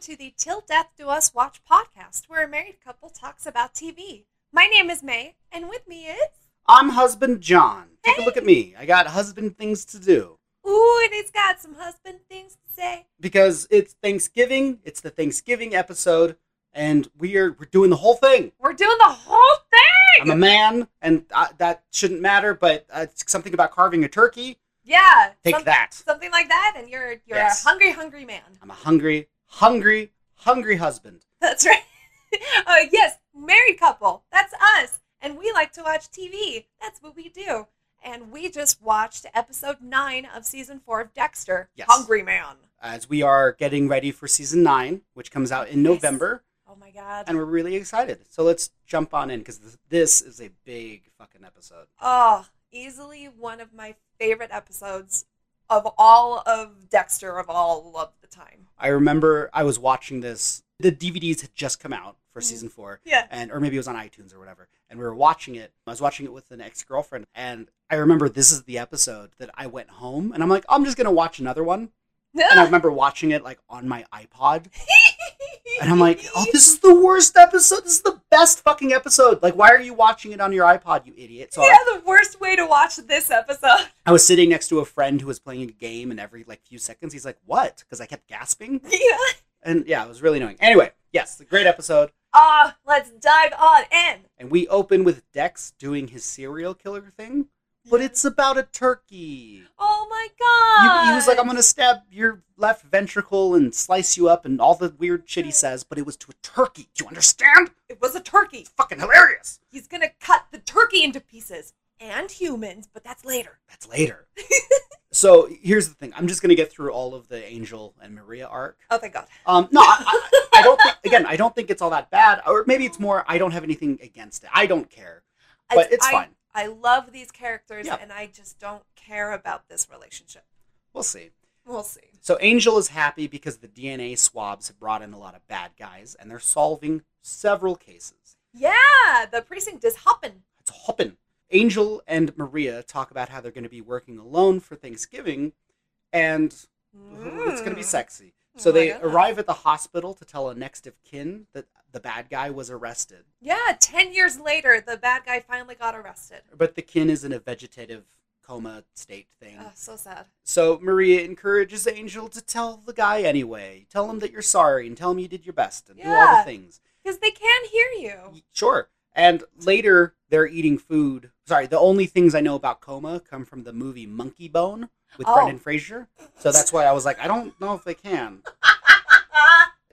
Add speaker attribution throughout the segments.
Speaker 1: to the Till Death Do Us Watch podcast, where a married couple talks about TV. My name is May, and with me is.
Speaker 2: I'm husband John. Take a look at me. I got husband things to do
Speaker 1: Ooh, and he's got some husband things to say.
Speaker 2: because it's Thanksgiving. It's the Thanksgiving episode, and we are we're doing the whole thing.
Speaker 1: We're doing the whole thing!
Speaker 2: I'm a man, and I, that shouldn't matter. But uh, it's something about carving a turkey.
Speaker 1: yeah.
Speaker 2: Take
Speaker 1: some-
Speaker 2: that.
Speaker 1: Something like that, and you're, you're
Speaker 2: Yes.
Speaker 1: a hungry, hungry man.
Speaker 2: I'm a hungry, hungry, hungry husband.
Speaker 1: That's right. uh, yes, married couple. That's us. And we like to watch TV. That's what we do. And we just watched episode nine of season four of Dexter.
Speaker 2: Yes.
Speaker 1: Hungry Man.
Speaker 2: As we are getting ready for season nine, which comes out
Speaker 1: Yes.
Speaker 2: in November,
Speaker 1: Oh my God.
Speaker 2: and we're really excited. So let's jump on in because this, this is a big fucking episode.
Speaker 1: Oh, easily one of my favorite episodes of all of Dexter of all of the time.
Speaker 2: I remember I was watching this. The DVDs had just come out for
Speaker 1: Mhm.
Speaker 2: season four,
Speaker 1: Yeah.
Speaker 2: and or maybe it was on iTunes or whatever. And we were watching it. I was watching it with an ex girlfriend, and I remember this is the episode that I went home, and I'm like, I'm just gonna watch another one. And I remember watching it like on my iPod, and I'm like, oh, this is the worst episode. This is the best fucking episode. Like, why are you watching it on your iPod, you idiot? So I-
Speaker 1: yeah, the worst way to watch this episode.
Speaker 2: I was sitting next to a friend who was playing a game, and every like few seconds, he's like, what? Because I kept gasping,
Speaker 1: yeah.
Speaker 2: and yeah, it was really annoying. Anyway, yes, great episode.
Speaker 1: Ah, let's dive on in.
Speaker 2: And we open with Dex doing his serial killer thing, but it's about a turkey.
Speaker 1: Oh my
Speaker 2: You-
Speaker 1: god.
Speaker 2: He, was like, I'm going to stab your left ventricle and slice you up and all the weird shit he says, but it was to a turkey. Do you understand?
Speaker 1: It was a turkey.
Speaker 2: It's fucking hilarious.
Speaker 1: He's gonna cut the turkey into pieces and humans, but that's later.
Speaker 2: That's later. so here's the thing I'm just going to get through all of the Angel and Maria arc.
Speaker 1: Oh thank God.
Speaker 2: Um, no, I, I, I don't think, again, I don't think it's all that bad. Or maybe it's more, I don't have anything against it. I don't care. But it's
Speaker 1: I,
Speaker 2: fine.
Speaker 1: I love these characters,
Speaker 2: Yeah.
Speaker 1: and I just don't care about this relationship.
Speaker 2: We'll see.
Speaker 1: We'll see.
Speaker 2: So Angel is happy because the DNA swabs have brought in a lot of bad guys, and they're solving several cases.
Speaker 1: Yeah, the precinct is hopping.
Speaker 2: It's hopping. Angel and Maria talk about how they're going to be working alone for Thanksgiving, and it's going to be
Speaker 1: Mm.
Speaker 2: sexy. So
Speaker 1: Oh my
Speaker 2: they
Speaker 1: God.
Speaker 2: arrive at the hospital to tell a next of kin that the bad guy was arrested,
Speaker 1: Yeah, ten years later, the bad guy finally got arrested.
Speaker 2: but the kin is in a vegetative coma state thing.
Speaker 1: Oh, so sad.
Speaker 2: So Maria encourages Angel to tell the guy anyway. Tell him that you're sorry and tell him you did your best and do all
Speaker 1: Yeah.
Speaker 2: the things.
Speaker 1: Because they can hear you.
Speaker 2: Y- Sure. And later, they're eating food. Sorry, the only things I know about coma come from the movie Monkey Bone with
Speaker 1: Oh.
Speaker 2: Brendan Fraser. So that's why I was like, I don't know if they can.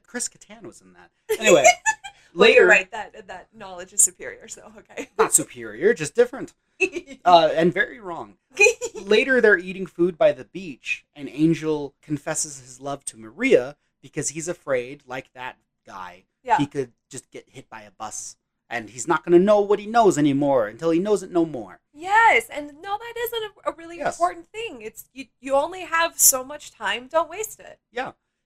Speaker 2: Chris Kattan was in that. Anyway,
Speaker 1: Well,
Speaker 2: later,
Speaker 1: you're right. That that knowledge is superior. So okay.
Speaker 2: not superior, just different, uh, and very wrong. Later, they're eating food by the beach, and Angel confesses his love to Maria because he's afraid, like that guy,
Speaker 1: yeah.
Speaker 2: he could just get hit by a bus, and he's not going to know what he knows anymore until he knows it no more.
Speaker 1: Yes, and no, that isn't a, a really
Speaker 2: Yes.
Speaker 1: important thing. It's you. You only have so much time. Don't waste it.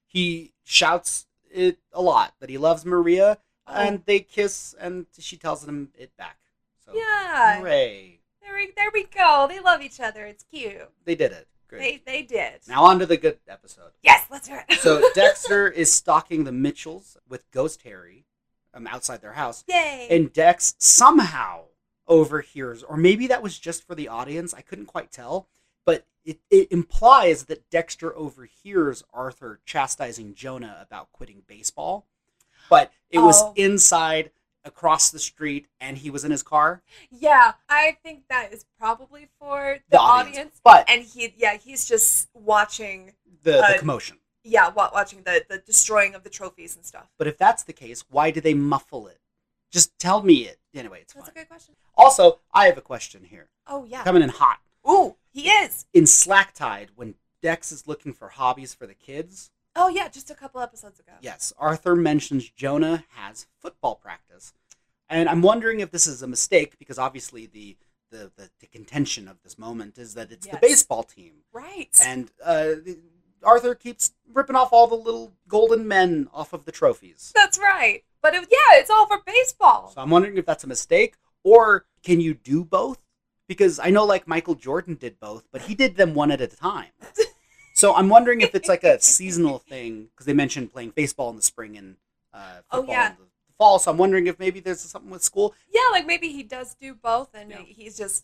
Speaker 2: he shouts it a lot that he loves Maria,
Speaker 1: Oh.
Speaker 2: and they kiss, and she tells him it back. So
Speaker 1: yeah.
Speaker 2: hooray!
Speaker 1: There we, there we go. They love each other. It's cute.
Speaker 2: They did it. Great.
Speaker 1: They they did.
Speaker 2: Now on to the good episode.
Speaker 1: yes, let's hear it.
Speaker 2: So Dexter is stalking the Mitchells with Ghost Harry, um, outside their house,
Speaker 1: Yay.
Speaker 2: and Dex somehow overhears, or maybe that was just for the audience. I couldn't quite tell, but it, it implies that Dexter overhears Arthur chastising Jonah about quitting baseball, but it was
Speaker 1: Oh.
Speaker 2: inside across the street, and he was in his car.
Speaker 1: yeah, I think that is probably for the,
Speaker 2: The audience.
Speaker 1: audience.
Speaker 2: But
Speaker 1: And he yeah, he's just watching
Speaker 2: the, the
Speaker 1: Uh,
Speaker 2: commotion.
Speaker 1: yeah, wa- watching the the destroying of the trophies and stuff.
Speaker 2: But if that's the case, why do they muffle it? Just tell me it. Anyway, it's
Speaker 1: That's
Speaker 2: fine.
Speaker 1: a good question.
Speaker 2: Also, I have a question here.
Speaker 1: Oh yeah.
Speaker 2: Coming in hot.
Speaker 1: Ooh, he is.
Speaker 2: In Slack Tide, when Dex is looking for hobbies for the kids,
Speaker 1: Oh yeah, just a couple episodes ago.
Speaker 2: Yes, Arthur mentions Jonah has football practice, and I'm wondering if this is a mistake because obviously the the, the, the contention of this moment is that it's
Speaker 1: Yes.
Speaker 2: the baseball team,
Speaker 1: Right.
Speaker 2: and uh, Arthur keeps ripping off all the little golden men off of the trophies.
Speaker 1: That's right. But it, yeah, it's all for baseball.
Speaker 2: So I'm wondering if that's a mistake, or can you do both? Because I know like Michael Jordan did both, but he did them one at a time. So I'm wondering if it's like a seasonal thing because they mentioned playing baseball in the spring and uh,
Speaker 1: Oh,
Speaker 2: football
Speaker 1: yeah.
Speaker 2: in the fall. So I'm wondering if maybe there's something with school.
Speaker 1: Yeah, like maybe he does do both, and
Speaker 2: Yeah.
Speaker 1: he's just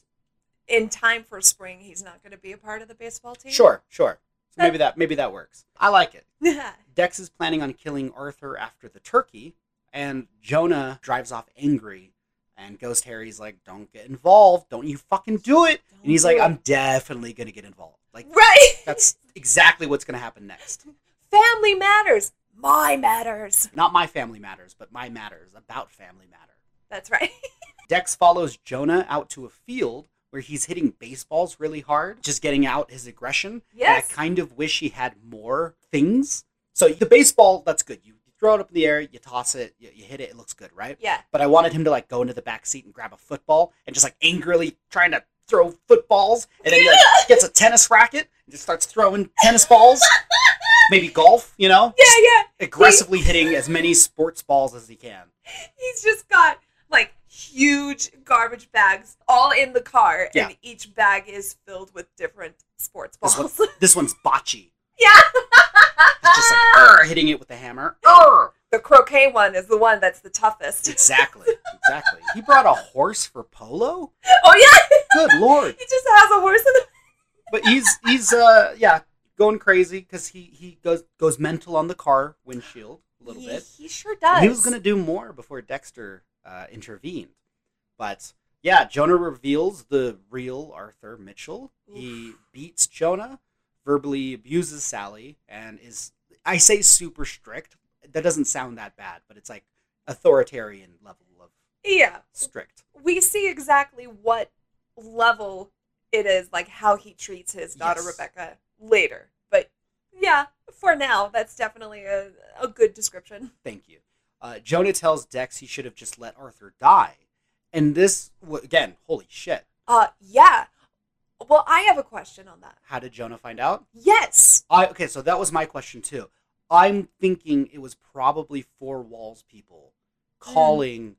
Speaker 1: in time for spring. He's not going to be a part of the baseball team.
Speaker 2: Sure, sure. So maybe that maybe that works. I like it.
Speaker 1: Yeah.
Speaker 2: Dex is planning on killing Arthur after the turkey, and Jonah drives off angry. And Ghost Harry's like, "Don't get involved. Don't you fucking do it." And he's
Speaker 1: Don't
Speaker 2: like,
Speaker 1: do it.
Speaker 2: "I'm definitely gonna get involved. Like
Speaker 1: right.
Speaker 2: that's exactly what's gonna happen next.
Speaker 1: Family matters. My matters.
Speaker 2: Not my family matters, but my matters about family matter."
Speaker 1: That's right.
Speaker 2: Dex follows Jonah out to a field where he's hitting baseballs really hard, just getting out his aggression. And
Speaker 1: Yes.
Speaker 2: I kind of wish he had more things. So the baseball, that's good. You throw it up in the air, you toss it, you, you hit it, it looks good, right?
Speaker 1: Yeah.
Speaker 2: But I wanted him to like go into the back seat and grab a football and just like angrily trying to throw footballs, and then he like, gets a tennis racket and just starts throwing tennis balls, maybe golf, you know,
Speaker 1: Yeah, yeah.
Speaker 2: aggressively hitting as many sports balls as he can.
Speaker 1: He's just got like huge garbage bags all in the car,
Speaker 2: Yeah.
Speaker 1: and each bag is filled with different sports
Speaker 2: This one-
Speaker 1: balls.
Speaker 2: This one's bocce.
Speaker 1: yeah.
Speaker 2: It's just like
Speaker 1: Ah.
Speaker 2: "Arr," hitting it with the hammer. Arr!
Speaker 1: the croquet one is the one that's the toughest.
Speaker 2: Exactly, exactly. He brought a horse for polo.
Speaker 1: oh yeah,
Speaker 2: Good lord!
Speaker 1: he just has a horse in the
Speaker 2: But he's he's uh yeah going crazy because he he goes goes mental on the car windshield a little
Speaker 1: he,
Speaker 2: bit.
Speaker 1: He sure does.
Speaker 2: And He was going to do more before Dexter uh, intervened. But yeah, Jonah reveals the real Arthur Mitchell. He beats Jonah, verbally abuses Sally, and is, I say super strict. That doesn't sound that bad, but it's like authoritarian level of
Speaker 1: Yeah,
Speaker 2: strict.
Speaker 1: we see exactly what level it is, like how he treats his daughter
Speaker 2: Yes.
Speaker 1: Rebecca later. But yeah, for now, that's definitely a, a good description.
Speaker 2: Thank you. Uh, Jonah tells Dex he should have just let Arthur die. And this, w- again, holy shit.
Speaker 1: Uh, yeah. Well, I have a question on that.
Speaker 2: How did Jonah find out?
Speaker 1: Yes.
Speaker 2: I okay, so that was my question too. I'm thinking it was probably four walls people calling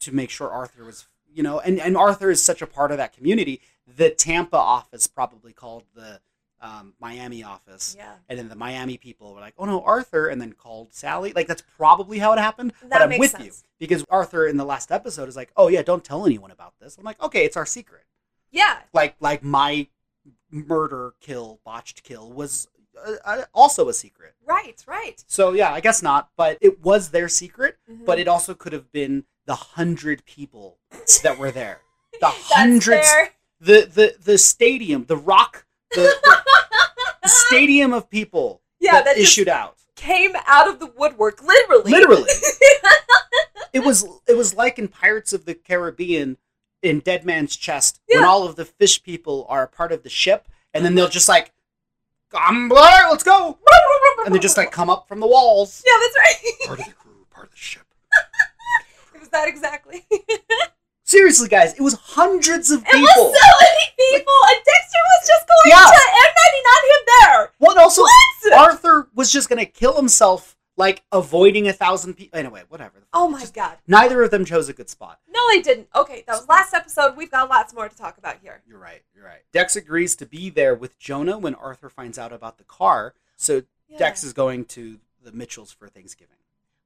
Speaker 2: to make sure Arthur was, you know, and and Arthur is such a part of that community. The Tampa office probably called the um, Miami office,
Speaker 1: Yeah.
Speaker 2: and then the Miami people were like, "Oh no, Arthur," and then called Sally. Like that's probably how it happened.
Speaker 1: That
Speaker 2: but I'm
Speaker 1: makes
Speaker 2: with
Speaker 1: sense.
Speaker 2: you because Arthur in the last episode is like, "Oh yeah, don't tell anyone about this." I'm like, "Okay, it's our secret."
Speaker 1: Yeah.
Speaker 2: like like my murder kill botched kill was uh, uh, also a secret
Speaker 1: Right. Right.
Speaker 2: so yeah i guess not but it was their secret
Speaker 1: Mhm.
Speaker 2: but it also could have been the hundred people that were there the
Speaker 1: That's
Speaker 2: hundreds
Speaker 1: fair.
Speaker 2: the the the stadium the rock the, the stadium of people
Speaker 1: Yeah,
Speaker 2: that,
Speaker 1: that just-
Speaker 2: issued out
Speaker 1: came out of the woodwork, literally.
Speaker 2: literally it was it was like in pirates of the caribbean in dead man's chest when
Speaker 1: Yeah.
Speaker 2: all of the fish people are a part of the ship and then they'll just like i'm all right let's go and they just like come up from the walls
Speaker 1: Yeah, that's right.
Speaker 2: part of the crew part of the ship
Speaker 1: it was that exactly.
Speaker 2: seriously guys it was hundreds of
Speaker 1: It
Speaker 2: people
Speaker 1: was so many people, and Dexter was just going
Speaker 2: Yeah.
Speaker 1: to M99 him there.
Speaker 2: what also
Speaker 1: What?
Speaker 2: arthur was just gonna kill himself like avoiding a thousand people anyway whatever
Speaker 1: Oh my
Speaker 2: Just-
Speaker 1: god.
Speaker 2: neither of them chose a good spot
Speaker 1: No, they didn't. Okay, that was last episode. We've got lots more to talk about here.
Speaker 2: You're right. You're right. Dex agrees to be there with Jonah when Arthur finds out about the car. So
Speaker 1: Yeah.
Speaker 2: Dex is going to the Mitchells for Thanksgiving.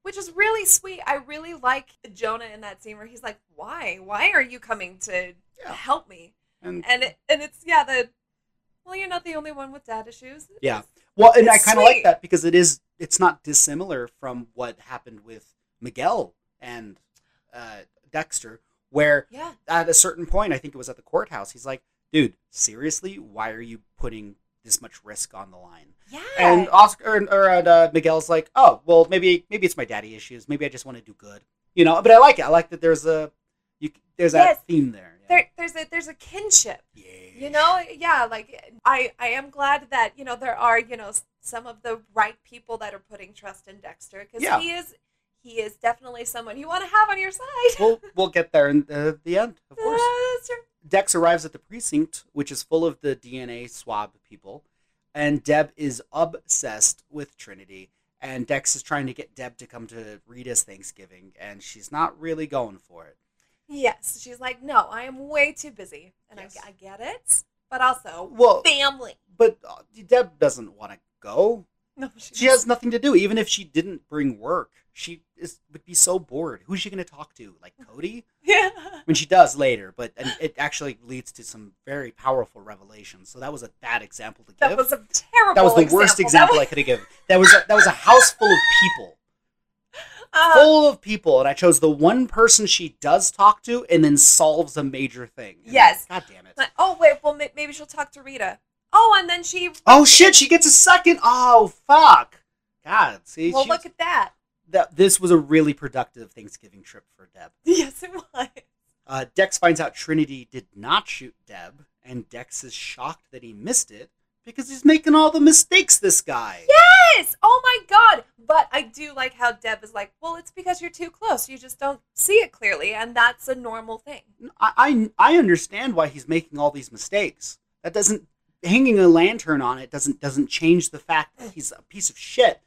Speaker 1: Which is really sweet. I really like Jonah in that scene where he's like, Why? Why are you coming to
Speaker 2: Yeah.
Speaker 1: help me?
Speaker 2: And,
Speaker 1: And it, and it's, yeah, the, well, you're not the only one with dad issues.
Speaker 2: Yeah. well, and I
Speaker 1: it's
Speaker 2: kind of like
Speaker 1: sweet.
Speaker 2: that because it is it's not dissimilar from what happened with Miguel and uh, Dexter, where
Speaker 1: Yeah.
Speaker 2: at a certain point, I think it was at the courthouse, he's like, "Dude, seriously, why are you putting this much risk on the line?"
Speaker 1: Yeah.
Speaker 2: And Oscar or, or uh, Miguel's like, oh, well, maybe maybe it's my daddy issues. Maybe I just want to do good, you know. But I like it. I like that there's a you, there's
Speaker 1: Yes.
Speaker 2: that theme there. Yeah.
Speaker 1: there, there's a there's a kinship.
Speaker 2: Yeah.
Speaker 1: you know yeah like i i am glad that you know there are you know s- some of the right people that are putting trust in dexter because
Speaker 2: Yeah.
Speaker 1: he is he is definitely someone you want to have on your side
Speaker 2: we'll we'll get there in the, the end, of course.
Speaker 1: Uh, sir-
Speaker 2: Dex arrives at the precinct, which is full of the DNA swab people, and Deb is obsessed with Trinity. And Dex is trying to get Deb to come to Rita's Thanksgiving, and she's not really going for it.
Speaker 1: yes she's like no i am way too busy and
Speaker 2: Yes.
Speaker 1: I, I get it but also
Speaker 2: Well,
Speaker 1: family.
Speaker 2: but uh, Deb doesn't want to go.
Speaker 1: No,
Speaker 2: She has nothing to do. Even if she didn't bring work, she is would be so bored. Who's she going to talk to? Like Cody?
Speaker 1: Yeah.
Speaker 2: I mean, she does later, but and it actually leads to some very powerful revelations. So that was a bad example to give.
Speaker 1: That was a terrible.
Speaker 2: That was the worst example I could have given. That was a, that was a house full of people,
Speaker 1: That was- uh,
Speaker 2: full of people, and I chose the one person she does talk to, and then solves a major thing. And
Speaker 1: Yes.
Speaker 2: God damn it.
Speaker 1: like, oh wait, well ma- maybe she'll talk to Rita. Oh, and then she.
Speaker 2: Oh shit! She gets a second. Oh fuck. God, see,
Speaker 1: Well,
Speaker 2: she was-
Speaker 1: look at that.
Speaker 2: that this was a really productive Thanksgiving trip for Deb.
Speaker 1: Yes, it was.
Speaker 2: Uh, Dex finds out Trinity did not shoot Deb, and Dex is shocked that he missed it because he's making all the mistakes. This guy.
Speaker 1: Yes. Oh my god. But I do like how Deb is like, well, it's because you're too close. You just don't see it clearly, and that's a normal thing.
Speaker 2: I, I I understand why he's making all these mistakes. That doesn't hanging a lantern on it doesn't doesn't change the fact that he's a piece of shit.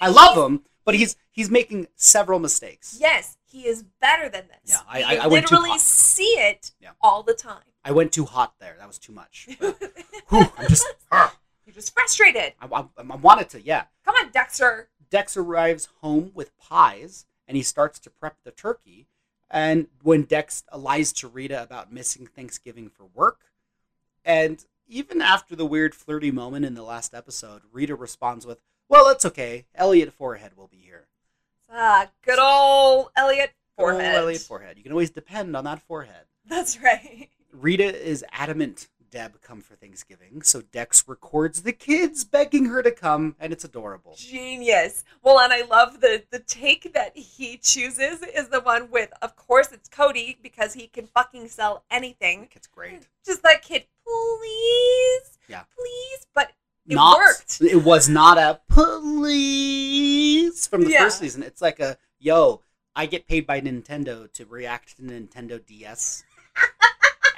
Speaker 2: I love him, but he's he's making several mistakes.
Speaker 1: Yes, he is better than this.
Speaker 2: Yeah, I-
Speaker 1: You
Speaker 2: I- I went too
Speaker 1: literally
Speaker 2: hot.
Speaker 1: see it
Speaker 2: Yeah.
Speaker 1: all the time.
Speaker 2: I went too hot there. That was too much. But, whew, I'm just ah,
Speaker 1: You're just frustrated.
Speaker 2: I, I, I wanted to. Yeah.
Speaker 1: Come on, Dexter.
Speaker 2: Dex arrives home with pies and he starts to prep the turkey. And when Dex lies to Rita about missing Thanksgiving for work, and even after the weird flirty moment in the last episode, Rita responds with, Well, that's okay. Elliot Forehead will be here.
Speaker 1: Ah, good old Elliot
Speaker 2: Good old
Speaker 1: forehead.
Speaker 2: Elliot Forehead. You can always depend on that forehead.
Speaker 1: That's right.
Speaker 2: Rita is adamant Deb come for Thanksgiving, so Dex records the kids begging her to come, and it's adorable.
Speaker 1: Genius. Well, and I love the the take that he chooses is the one with, of course, it's Cody because he can fucking sell anything.
Speaker 2: It's great.
Speaker 1: Just that kid, please,
Speaker 2: Yeah.
Speaker 1: please. But It
Speaker 2: not,
Speaker 1: worked.
Speaker 2: It was not a police from the
Speaker 1: Yeah.
Speaker 2: first season. It's like a yo. I get paid by Nintendo to react to Nintendo DS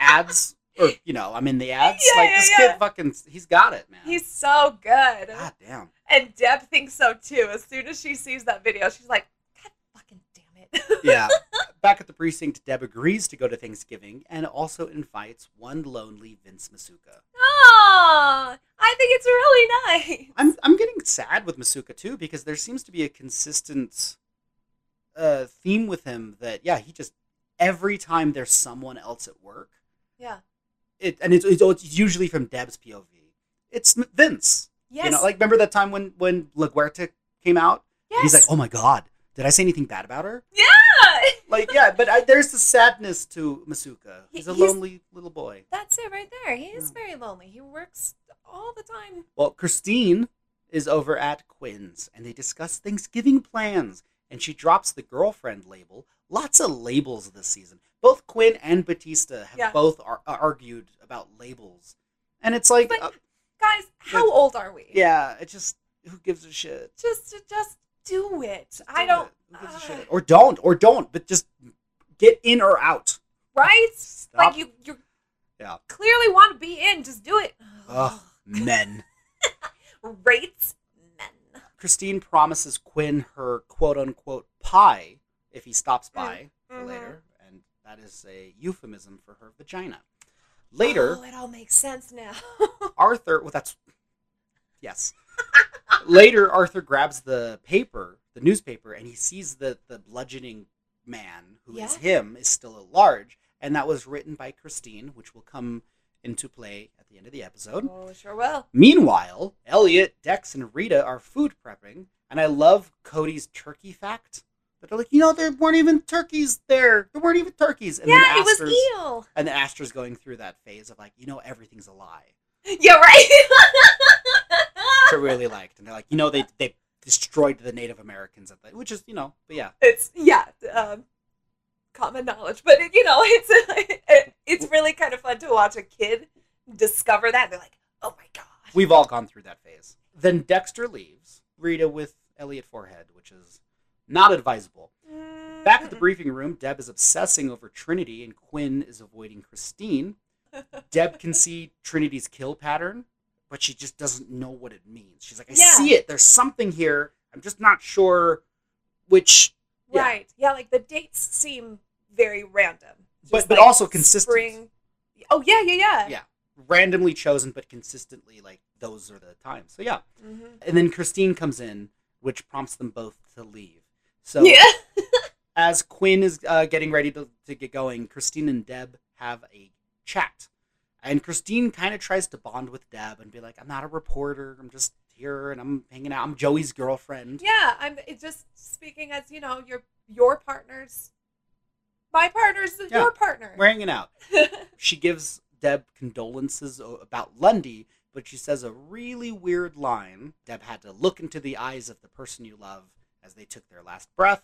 Speaker 2: ads, or you know, I'm in the ads.
Speaker 1: Yeah,
Speaker 2: like
Speaker 1: yeah,
Speaker 2: this
Speaker 1: yeah.
Speaker 2: kid, fucking, he's got it, man.
Speaker 1: he's so good,
Speaker 2: God damn.
Speaker 1: and Deb thinks so too. As soon as she sees that video, she's like, God fucking damn it.
Speaker 2: Yeah. Back at the precinct, Deb agrees to go to Thanksgiving and also invites one lonely Vince Masuka.
Speaker 1: Aw, Ah, I think it's really nice.
Speaker 2: I'm I'm getting sad with Masuka too because there seems to be a consistent uh, theme with him that yeah he just every time there's someone else at work
Speaker 1: Yeah.
Speaker 2: it and it's it's, it's usually from Deb's POV it's M- Vince
Speaker 1: Yes.
Speaker 2: you know like remember that time when when LaGuerta came out
Speaker 1: yes.
Speaker 2: he's like oh my god did I say anything bad about her
Speaker 1: Yeah.
Speaker 2: like yeah but I, there's the sadness to Masuka
Speaker 1: He-
Speaker 2: he's a
Speaker 1: he's-
Speaker 2: lonely little boy
Speaker 1: That's it right there. He is
Speaker 2: Yeah.
Speaker 1: very lonely. He works all the time.
Speaker 2: Well, Christine is over at Quinn's and they discuss Thanksgiving plans and she drops the girlfriend label. Lots of labels this season. Both Quinn and Batista have
Speaker 1: Yeah.
Speaker 2: both ar- uh, argued about labels. And it's like,
Speaker 1: But-
Speaker 2: uh,
Speaker 1: Guys, how
Speaker 2: But-
Speaker 1: old are we?
Speaker 2: yeah, it just, who gives a shit?
Speaker 1: Just just do it. I
Speaker 2: Do
Speaker 1: don't
Speaker 2: it. Who gives a
Speaker 1: uh,
Speaker 2: shit? Or don't, or don't, but just get in or out.
Speaker 1: right?
Speaker 2: Stop.
Speaker 1: Like you you
Speaker 2: Yeah.
Speaker 1: clearly want to be in, just do it.
Speaker 2: Ugh. Men.
Speaker 1: Rates men.
Speaker 2: Christine promises Quinn her quote unquote pie if he stops by for
Speaker 1: Mhm.
Speaker 2: later, and that is a euphemism for her vagina. Later,
Speaker 1: Oh, it all makes sense now.
Speaker 2: Arthur, well, that's yes. later, Arthur grabs the paper, the newspaper, and he sees that the bludgeoning man, who is
Speaker 1: Yeah.
Speaker 2: him, is still at large, and that was written by Christine, which will come into play at the end of the episode.
Speaker 1: oh, sure will.
Speaker 2: Meanwhile, Elliot, Dex, and Rita are food prepping, and I love Cody's turkey fact. But they're like, you know, there weren't even turkeys there. There weren't even turkeys. And
Speaker 1: yeah, it was
Speaker 2: Aster's,
Speaker 1: eel.
Speaker 2: and then Aster's going through that phase of like, you know, everything's a lie.
Speaker 1: Yeah, right.
Speaker 2: Which I really liked. And they're like, you know, they they destroyed the Native Americans at that, which is, you know, but yeah.
Speaker 1: it's yeah, um, common knowledge, but it, you know, it's it, it's really kind of fun to watch a kid discover that. They're like, oh my god.
Speaker 2: We've all gone through that phase. Then Dexter leaves Rita with Elliot Forehead, which is not advisable. Back
Speaker 1: Mm-hmm.
Speaker 2: at the briefing room, Deb is obsessing over Trinity and Quinn is avoiding Christine. Deb can see Trinity's kill pattern, but she just doesn't know what it means. She's like, I
Speaker 1: Yeah.
Speaker 2: see it. There's something here. I'm just not sure which, yeah.
Speaker 1: right? Yeah. like the dates seem very random,
Speaker 2: But-
Speaker 1: Just
Speaker 2: but
Speaker 1: like
Speaker 2: also consistent.
Speaker 1: Spring. Oh yeah, yeah, yeah.
Speaker 2: Yeah. randomly chosen, but consistently like those are the times. So yeah,
Speaker 1: Mhm.
Speaker 2: and then Christine comes in, which prompts them both to leave. So
Speaker 1: yeah.
Speaker 2: as Quinn is uh, getting ready to, to get going, Christine and Deb have a chat. And Christine kind of tries to bond with Deb and be like, I'm not a reporter. I'm just here and I'm hanging out. I'm Joey's girlfriend.
Speaker 1: Yeah, I'm it just speaking as you know your your partners, my partners,
Speaker 2: Yeah.
Speaker 1: your partner.
Speaker 2: We're hanging out. She gives Deb condolences o- about Lundy, but she says a really weird line. Deb had to look into the eyes of the person you love as they took their last breath.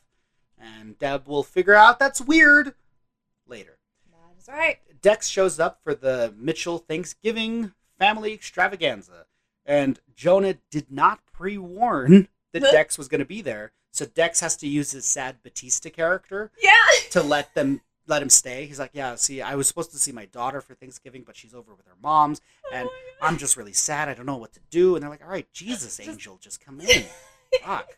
Speaker 2: And Deb will figure out that's weird later.
Speaker 1: that is right.
Speaker 2: Dex shows up for the Mitchell Thanksgiving family extravaganza, and Jonah did not pre warn that Dex was going to be there, so Dex has to use his sad Batista character
Speaker 1: Yeah.
Speaker 2: to let them let him stay. He's like, "Yeah, see, I was supposed to see my daughter for Thanksgiving, but she's over with her mom's, and
Speaker 1: Oh my God.
Speaker 2: I'm just really sad. I don't know what to do." And they're like, "All right, Jesus,
Speaker 1: Just-
Speaker 2: Angel, just come in. Fuck."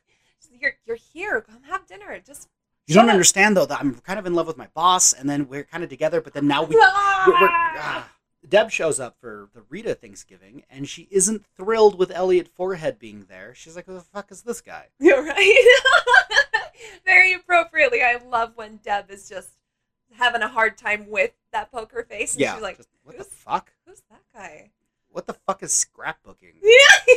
Speaker 1: you're you're here. Come have dinner. Just
Speaker 2: You don't
Speaker 1: Yeah.
Speaker 2: understand though that I'm kind of in love with my boss, and then we're kind of together, but then now we we're- we're- ah. Deb shows up for the Rita Thanksgiving, and she isn't thrilled with Elliot Forehead being there. She's like, "Who the fuck is this guy?"
Speaker 1: You're right. Very appropriately, I love when Deb is just having a hard time with that poker face, and she's like,
Speaker 2: Just, what the
Speaker 1: "Who's-"
Speaker 2: fuck?
Speaker 1: "Who's that guy?"
Speaker 2: What the fuck is scrapbooking?
Speaker 1: Yeah.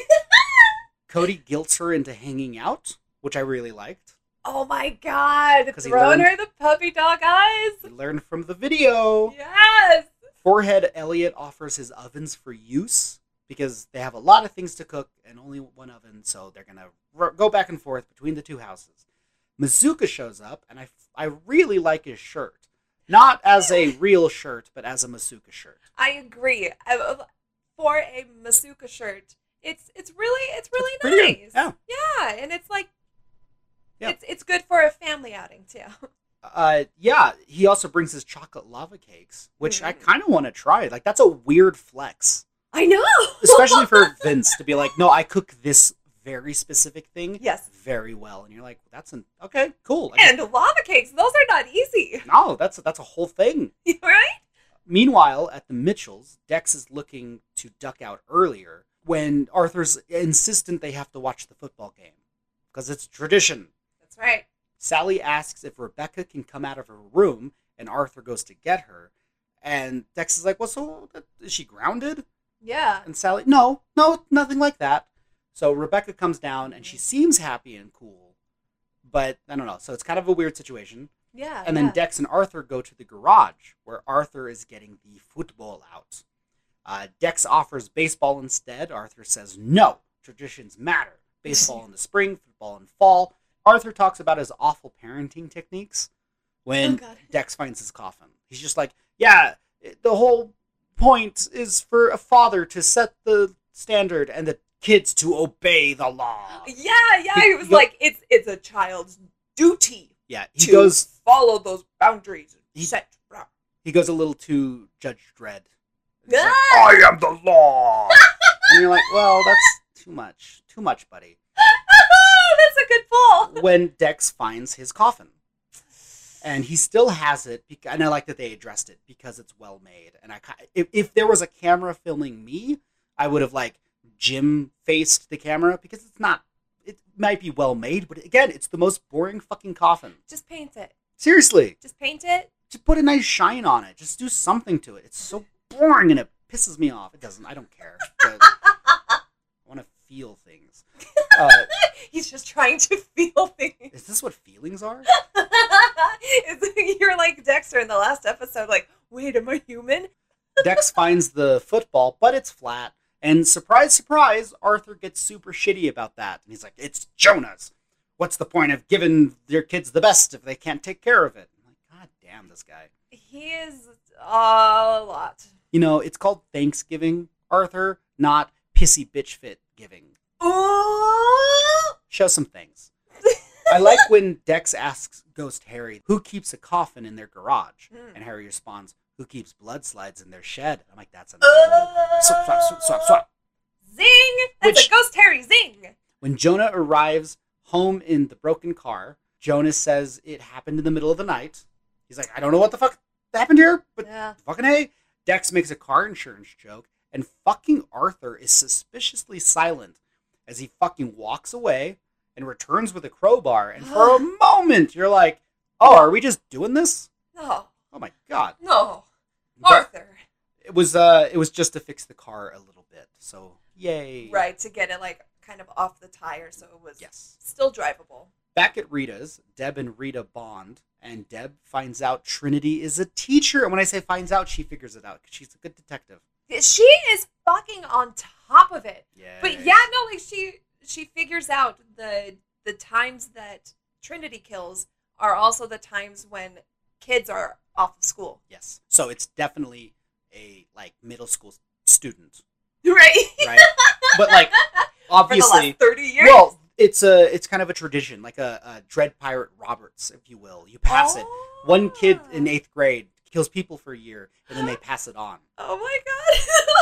Speaker 2: Cody guilts her into hanging out, which I really liked.
Speaker 1: Oh my god!
Speaker 2: 'Cause he
Speaker 1: Throwing
Speaker 2: learned-
Speaker 1: her the puppy dog eyes.
Speaker 2: We learned from the video.
Speaker 1: Yes.
Speaker 2: Forehead Elliot offers his ovens for use because they have a lot of things to cook and only one oven, so they're gonna r- go back and forth between the two houses. Mizuka shows up, and I, f- I really like his shirt. Not as a real shirt, but as a Masuka shirt.
Speaker 1: I agree. I, for a Masuka shirt, it's it's really it's really
Speaker 2: pretty
Speaker 1: nice.
Speaker 2: good. Yeah.
Speaker 1: Yeah, and it's like
Speaker 2: Yeah.
Speaker 1: it's it's good for a family outing too.
Speaker 2: Uh, yeah, he also brings his chocolate lava cakes, which I
Speaker 1: Mm.
Speaker 2: kind of want to try. Like, that's a weird flex,
Speaker 1: I know.
Speaker 2: especially for Vince to be like, no, I cook this very specific thing
Speaker 1: yes.
Speaker 2: very well. And you're like, that's an okay, cool. I just-
Speaker 1: And lava cakes, those are not easy,
Speaker 2: No, that's that's a whole thing.
Speaker 1: right?
Speaker 2: Meanwhile, at the Mitchells, Dex is looking to duck out earlier when Arthur's insistent they have to watch the football game because it's tradition.
Speaker 1: That's right.
Speaker 2: Sally asks if Rebecca can come out of her room, and Arthur goes to get her. And Dex is like, "Well, so uh, is she grounded?"
Speaker 1: Yeah.
Speaker 2: And Sally, "No, no, nothing like that." So Rebecca comes down, and she seems happy and cool, but I don't know. So it's kind of a weird situation.
Speaker 1: Yeah.
Speaker 2: And then
Speaker 1: Uh, yeah.
Speaker 2: Dex and Arthur go to the garage where Arthur is getting the football out. Uh, Dex offers baseball instead. Arthur says, no, traditions matter. Baseball in the spring, football in fall. Arthur talks about his awful parenting techniques
Speaker 1: Oh,
Speaker 2: when
Speaker 1: God.
Speaker 2: Dex finds his coffin. He's just like, yeah, it- the whole point is for a father to set the standard and the kids to obey the law.
Speaker 1: Yeah, yeah. He was like, it's it's a child's duty
Speaker 2: Yeah, he
Speaker 1: to
Speaker 2: goes
Speaker 1: follow those boundaries.
Speaker 2: He-
Speaker 1: set.
Speaker 2: he goes a little too Judge Dredd. He's like,
Speaker 1: Ah!
Speaker 2: I am the law. and you're like, well, that's too much. Too much, buddy.
Speaker 1: That's a good pull.
Speaker 2: When Dex finds his coffin. And he still has it, bec- and I like that they addressed it because it's well made. And I, ki- if, if there was a camera filming me, I would have like Jim faced the camera because it's not. It might be well made, but again, it's the most boring fucking coffin.
Speaker 1: Just paint it.
Speaker 2: Seriously,
Speaker 1: Just paint it.
Speaker 2: just put a nice shine on it. Just do something to it. It's so boring, and it pisses me off. It doesn't. I don't care. but I want to feel things. Uh,
Speaker 1: He's just trying to feel things.
Speaker 2: Is this what feelings are?
Speaker 1: It's- You're like Dexter in the last episode, like, wait, am I human?
Speaker 2: Dex finds the football, but it's flat. And surprise, surprise, Arthur gets super shitty about that. And he's like, it's Jonah's. What's the point of giving your kids the best if they can't take care of it? I'm like, God damn, this guy.
Speaker 1: He is a lot.
Speaker 2: You know, it's called Thanksgiving, Arthur, not pissy bitch fit giving.
Speaker 1: Ooh!
Speaker 2: Show some things. I like when Dex asks Ghost Harry who keeps a coffin in their garage.
Speaker 1: Mm.
Speaker 2: And Harry responds, who keeps blood slides in their shed? I'm like, that's another. Swap, swap, swap, swap, swap.
Speaker 1: Zing! That's
Speaker 2: Which-
Speaker 1: a ghost Harry zing!
Speaker 2: When Jonah arrives home in the broken car, Jonah says it happened in the middle of the night. He's like, I don't know what the fuck happened here, but
Speaker 1: yeah.
Speaker 2: fucking hey. Dex makes a car insurance joke, and fucking Arthur is suspiciously silent as he fucking walks away and returns with a crowbar. And for a moment, you're like, oh, are we just doing this?
Speaker 1: No,
Speaker 2: Oh my god.
Speaker 1: no,
Speaker 2: But
Speaker 1: Arthur.
Speaker 2: it was uh it was just to fix the car a little bit. So yay.
Speaker 1: Right to get it like kind of off the tire, so it was
Speaker 2: Yes.
Speaker 1: still drivable.
Speaker 2: Back at Rita's, Deb and Rita bond, and Deb finds out Trinity is a teacher. And when I say finds out, she figures it out. 'cause She's a good detective.
Speaker 1: She is fucking on top of it.
Speaker 2: Yeah.
Speaker 1: But yeah, no, like she she figures out the the times that Trinity kills are also the times when kids are off of school.
Speaker 2: Yes. So it's definitely a like middle school student,
Speaker 1: Right?
Speaker 2: right? but like
Speaker 1: For the
Speaker 2: obviously,
Speaker 1: last thirty years.
Speaker 2: well, it's a it's kind of a tradition, like a, a Dread Pirate Roberts, if you will. You pass it. One kid
Speaker 1: Oh.
Speaker 2: in eighth grade kills people for a year, and then they pass it on.
Speaker 1: Oh my god.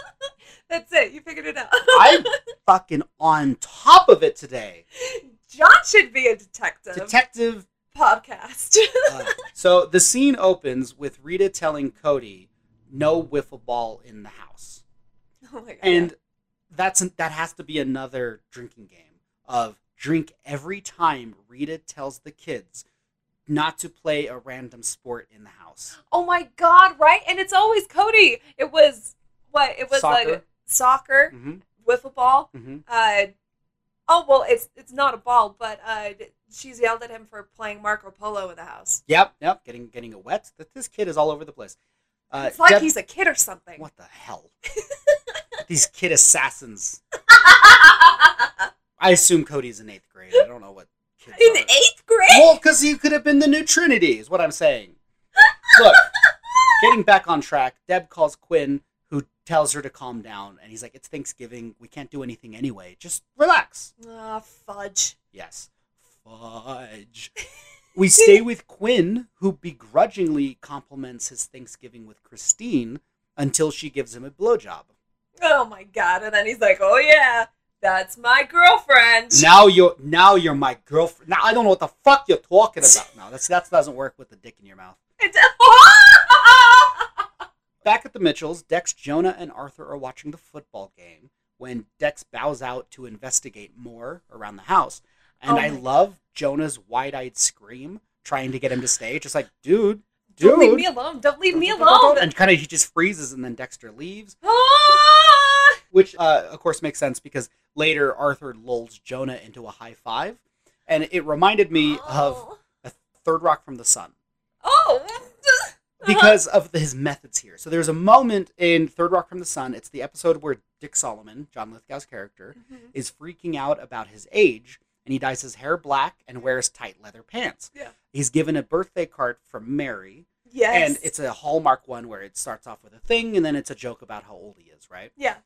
Speaker 1: That's it. You figured it out.
Speaker 2: I'm fucking on top of it today.
Speaker 1: John should be a detective.
Speaker 2: Detective.
Speaker 1: podcast.
Speaker 2: uh, so the scene opens with Rita telling Cody, "No wiffle ball in the house,"
Speaker 1: oh my god.
Speaker 2: and that's that has to be another drinking game of drink every time Rita tells the kids not to play a random sport in the house.
Speaker 1: oh my god, right? And it's always Cody. It was what? It was like
Speaker 2: Soccer.
Speaker 1: soccer,
Speaker 2: Mhm,
Speaker 1: wiffle ball,
Speaker 2: mhm.
Speaker 1: uh, oh well, it's it's not a ball, but uh, she's yelled at him for playing Marco Polo in the house.
Speaker 2: Yep, yep. Getting getting a wet. That this kid is all over the place. Uh,
Speaker 1: It's like
Speaker 2: Deb-
Speaker 1: he's a kid or something.
Speaker 2: what the hell? These kid assassins. I assume Cody's in eighth grade. I don't know what kids
Speaker 1: in
Speaker 2: are.
Speaker 1: eighth grade?
Speaker 2: Well, because you could have been the new Trinity, is what I'm saying. Look, getting back on track, Deb calls Quinn, who tells her to calm down, and he's like, It's Thanksgiving. We can't do anything anyway. Just relax.
Speaker 1: Ah, fudge.
Speaker 2: Yes. Fudge. We stay with Quinn, who begrudgingly compliments his Thanksgiving with Christine until she gives him a blowjob.
Speaker 1: Oh my god! And then he's like, "Oh yeah, that's my girlfriend."
Speaker 2: Now you're now you're my girlfriend. Now I don't know what the fuck you're talking about. No, that's that doesn't work with the dick in your mouth. Back at the Mitchells, Dex, Jonah, and Arthur are watching the football game when Dex bows out to investigate more around the house. And
Speaker 1: Oh
Speaker 2: I
Speaker 1: my God.
Speaker 2: love Jonah's wide eyed scream trying to get him to stay. Just like, dude, dude.
Speaker 1: Don't leave me alone! Don't leave me alone!
Speaker 2: And kind of he just freezes and then Dexter leaves,
Speaker 1: Ah!
Speaker 2: which, uh, of course, makes sense because later Arthur lulls Jonah into a high five. And it reminded me uh, of
Speaker 1: Oh.
Speaker 2: a Third Rock from the Sun.
Speaker 1: oh. Uh-huh.
Speaker 2: because of his methods here. So there's a moment in Third Rock from the Sun. It's the episode where Dick Solomon, John Lithgow's character,
Speaker 1: Mhm.
Speaker 2: is freaking out about his age, and he dyes his hair black and wears tight leather pants.
Speaker 1: Yeah.
Speaker 2: He's given a birthday card from Mary,
Speaker 1: yes.
Speaker 2: and it's a Hallmark one where it starts off with a thing, and then it's a joke about how old he is, right?
Speaker 1: yeah.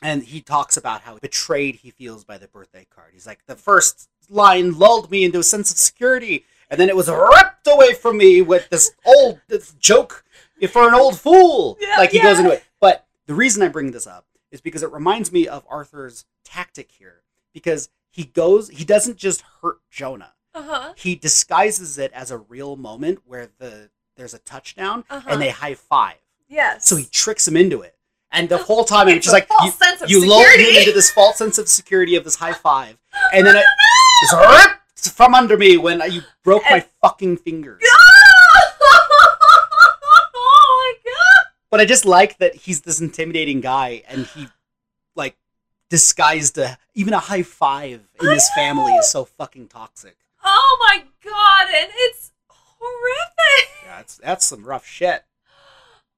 Speaker 2: And he talks about how betrayed he feels by the birthday card. He's like, the first line lulled me into a sense of security, and then it was ripped away from me with this old this joke for an old fool.
Speaker 1: Yeah,
Speaker 2: like he goes
Speaker 1: yeah.
Speaker 2: into it. But the reason I bring this up is because it reminds me of Arthur's tactic here, because he goes, he doesn't just hurt Jonah.
Speaker 1: Uh huh.
Speaker 2: He disguises it as a real moment where the there's a touchdown
Speaker 1: Uh-huh.
Speaker 2: and they high five.
Speaker 1: Yes.
Speaker 2: So he tricks him into it. And the whole time it's just like
Speaker 1: false
Speaker 2: you,
Speaker 1: sense of
Speaker 2: you lull
Speaker 1: security.
Speaker 2: him into this false sense of security of this high five, and then it was ripped from under me when you broke my
Speaker 1: And-
Speaker 2: fucking fingers.
Speaker 1: oh my god!
Speaker 2: But I just like that he's this intimidating guy, and he like disguised a even a high five in
Speaker 1: I
Speaker 2: this family
Speaker 1: know.
Speaker 2: is so fucking toxic.
Speaker 1: Oh my god! And it's horrific.
Speaker 2: Yeah, that's that's some rough shit.